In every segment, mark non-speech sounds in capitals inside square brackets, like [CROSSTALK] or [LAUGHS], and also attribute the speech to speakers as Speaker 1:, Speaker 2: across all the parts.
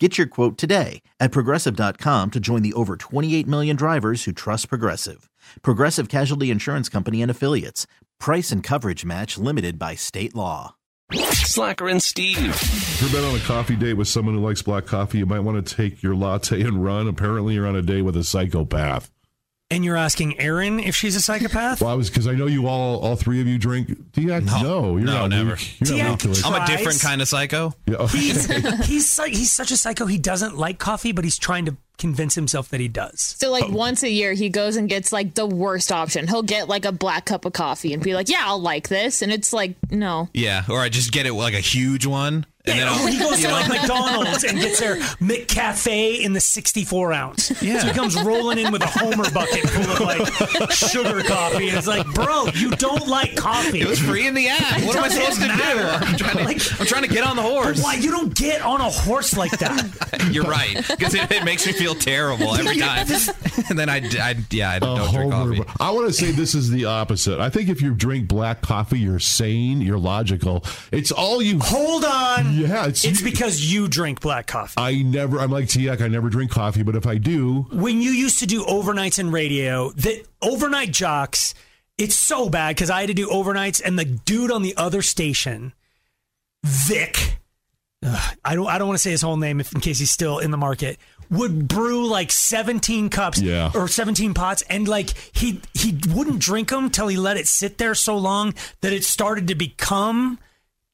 Speaker 1: Get your quote today at progressive.com to join the over 28 million drivers who trust Progressive. Progressive Casualty Insurance Company and Affiliates. Price and coverage match limited by state law.
Speaker 2: Slacker and Steve.
Speaker 3: If you've been on a coffee date with someone who likes black coffee, you might want to take your latte and run. Apparently, you're on a date with a psychopath.
Speaker 4: And you're asking Erin if she's a psychopath?
Speaker 3: Well, I was because I know you all, all three of you drink. DX, no, you're
Speaker 5: No,
Speaker 3: not
Speaker 5: never.
Speaker 3: Weak. You're
Speaker 4: DX
Speaker 3: not weak to it.
Speaker 5: I'm a
Speaker 4: Tries.
Speaker 5: different kind of psycho.
Speaker 3: Yeah, oh, okay.
Speaker 5: [LAUGHS]
Speaker 4: He's he's psy- he's such a psycho. He doesn't like coffee, but he's trying to convince himself that he does.
Speaker 6: So like once a year he goes and gets like the worst option. He'll get like a black cup of coffee and be like, "Yeah, I'll like this." And it's like, "No."
Speaker 5: Yeah, or I just get it like a huge one, and then
Speaker 4: Yeah,
Speaker 5: I'll,
Speaker 4: Oh, he [LAUGHS] goes
Speaker 5: you
Speaker 4: to
Speaker 5: know,
Speaker 4: like McDonald's and gets their McCafe in the 64 ounce.
Speaker 5: Yeah.
Speaker 4: So he comes rolling in with a Homer bucket full of like sugar coffee. And it's like, bro, you don't like coffee.
Speaker 5: it was free in the app. What am I supposed to do? I'm trying to, I'm trying to get on the horse.
Speaker 4: Why you don't get on a horse like that?
Speaker 5: [LAUGHS] You're right, because it, it makes me feel terrible every time. [LAUGHS] and then I, I yeah, I
Speaker 3: A
Speaker 5: don't drink
Speaker 3: Homer,
Speaker 5: coffee.
Speaker 3: but I want to say this is the opposite. I think if you drink black coffee, you're sane, you're logical. It's all you.
Speaker 4: Hold
Speaker 3: [LAUGHS]
Speaker 4: on.
Speaker 3: Yeah, it's.
Speaker 4: It's because you drink black coffee.
Speaker 3: I never. I'm like Tiak. I never drink coffee, but if I do,
Speaker 4: when you used to do overnights in radio, the overnight jocks, it's so bad because I had to do overnights, and the dude on the other station, Vic, ugh, I don't, I don't want to say his whole name if, in case he's still in the market, would brew like 17 cups
Speaker 3: Yeah.
Speaker 4: or 17 pots, and like he he wouldn't drink them till he let it sit there so long that it started to become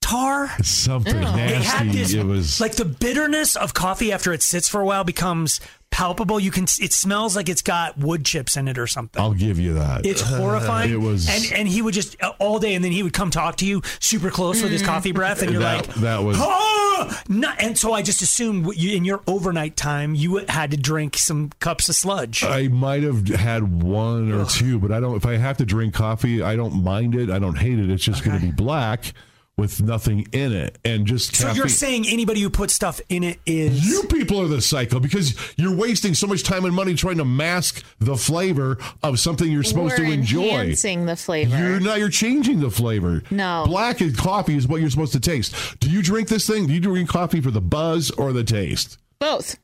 Speaker 4: tar.
Speaker 3: something nasty.
Speaker 4: It Mm. had this,
Speaker 3: it was
Speaker 4: like the bitterness of coffee after it sits for a while becomes palpable. You can, it smells like it's got wood chips in it or something.
Speaker 3: I'll give you that. [LAUGHS]
Speaker 4: it's horrifying.
Speaker 3: it was-
Speaker 4: and and he would just uh, all day, and then he would come talk to you super close with his coffee breath, and you're
Speaker 3: Mm. That-
Speaker 4: like,
Speaker 3: that was-
Speaker 4: "Ah!" No- and so I just assumed what you, in your overnight time you had to drink some cups of sludge.
Speaker 3: I might have had one or two, but I don't. If I have to drink coffee, I don't mind it. I don't hate it. It's just going to be black with nothing in it, and just
Speaker 4: so you're
Speaker 3: caffeine-
Speaker 4: saying anybody who puts stuff in it is
Speaker 3: you people are the psycho because you're wasting so much time and money trying to mask the flavor of something you're supposed
Speaker 6: We're
Speaker 3: to enjoy.
Speaker 6: enhancing the flavor.
Speaker 3: You're not. You're changing the flavor.
Speaker 6: No.
Speaker 3: black and coffee is what you're supposed to taste. Do you drink this thing? Do you drink coffee for the buzz or the taste?
Speaker 6: Both.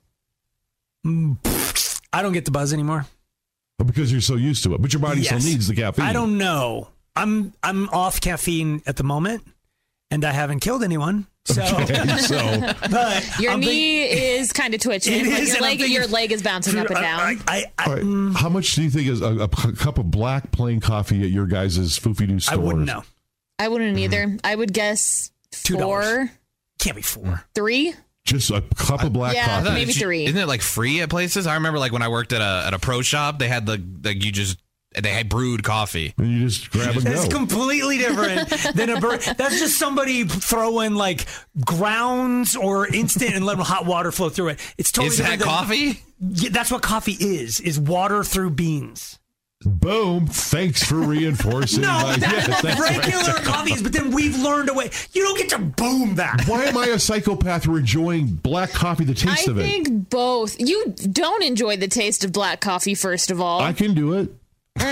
Speaker 4: I don't get the buzz anymore.
Speaker 3: Because you're so used to it, but your body
Speaker 4: Yes.
Speaker 3: still needs the caffeine. [LAUGHS]
Speaker 4: I don't know. I'm I'm off caffeine at the moment, and I haven't killed anyone. So,
Speaker 3: Okay, so.
Speaker 4: [LAUGHS] but
Speaker 6: [LAUGHS] Your
Speaker 4: I'm
Speaker 6: knee is kind of twitching.
Speaker 4: It
Speaker 6: Like,
Speaker 4: is,
Speaker 6: your
Speaker 4: and I'm
Speaker 6: leg
Speaker 4: thinking-
Speaker 6: your leg is bouncing
Speaker 4: thinking-
Speaker 6: up and down.
Speaker 4: I, I, I,
Speaker 3: All right.
Speaker 4: Mm.
Speaker 3: How much do you think is a, a cu- cup of black plain coffee at your guys' foofy doo
Speaker 4: I
Speaker 3: stores?
Speaker 4: wouldn't know.
Speaker 6: I wouldn't either. I would guess
Speaker 4: Two dollars.
Speaker 6: four,
Speaker 4: Can't be four.
Speaker 6: three.
Speaker 3: Just a cup of black
Speaker 6: Yeah,
Speaker 3: coffee.
Speaker 6: maybe
Speaker 5: It's-
Speaker 6: three.
Speaker 5: Isn't it like free at places? I remember like when I worked at a at a pro shop, they had the like you just they had brewed coffee.
Speaker 3: And you just grab and
Speaker 4: [LAUGHS] That's
Speaker 3: go. [LAUGHS]
Speaker 4: completely different than a bur- That's just somebody throwing like grounds or instant and letting hot water flow through it. It's totally
Speaker 5: Is
Speaker 4: different
Speaker 5: that
Speaker 4: than-
Speaker 5: coffee?
Speaker 4: Yeah, that's what coffee is. Is water through beans.
Speaker 3: Boom. Thanks for reinforcing
Speaker 4: [LAUGHS] No,
Speaker 3: my
Speaker 4: but
Speaker 3: Yeah,
Speaker 4: that's what
Speaker 3: thanks.
Speaker 4: regular coffee is. But then we've learned a way. You don't get to boom that.
Speaker 3: Why am I a psychopath for enjoying black coffee, the
Speaker 6: I
Speaker 3: taste of it?
Speaker 6: think both. You don't enjoy the taste of black coffee first of all.
Speaker 3: I can do it.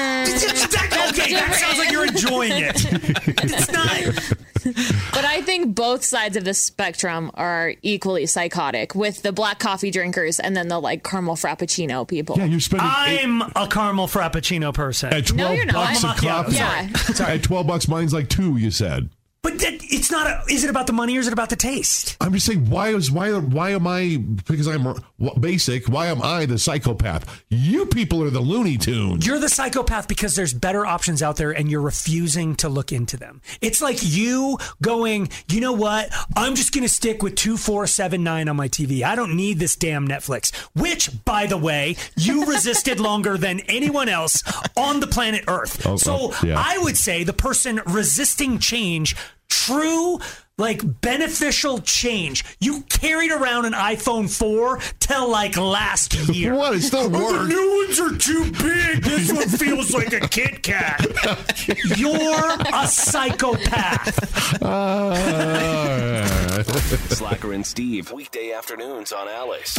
Speaker 4: That- okay, that sounds like you're enjoying it. It's not.
Speaker 6: But I think both sides of the spectrum are equally psychotic with the black coffee drinkers and then the like caramel frappuccino people.
Speaker 3: Yeah, you're spending eight,
Speaker 4: I'm a caramel frappuccino person.
Speaker 3: at 12
Speaker 6: No, you're not.
Speaker 3: bucks of
Speaker 4: Yeah, I'm
Speaker 3: coffee.
Speaker 6: sorry.
Speaker 3: At 12 bucks, mine's like two, you said.
Speaker 4: But that, it's not a. Is it about the money or is it about the taste?
Speaker 3: I'm just saying, why is why why am I because I'm w- basic? Why am I the psychopath? You people are the Looney Tunes.
Speaker 4: You're the psychopath because there's better options out there and you're refusing to look into them. It's like you going, you know what? I'm just going to stick with 2479 on my TV. I don't need this damn Netflix, which, by the way,
Speaker 3: [LAUGHS]
Speaker 4: you resisted longer than anyone else on the planet Earth.
Speaker 3: Oh,
Speaker 4: so
Speaker 3: oh, yeah.
Speaker 4: I would say the person resisting change, true like beneficial change. You carried around an iPhone 4 till
Speaker 3: [LAUGHS]
Speaker 4: like last year.
Speaker 3: What? It still
Speaker 4: Oh, the
Speaker 3: works.
Speaker 4: new ones are too big. This one feels like a Kit Kat. You're a psychopath. [LAUGHS]
Speaker 3: Uh,
Speaker 2: Slacker and Steve, weekday afternoons on Alice.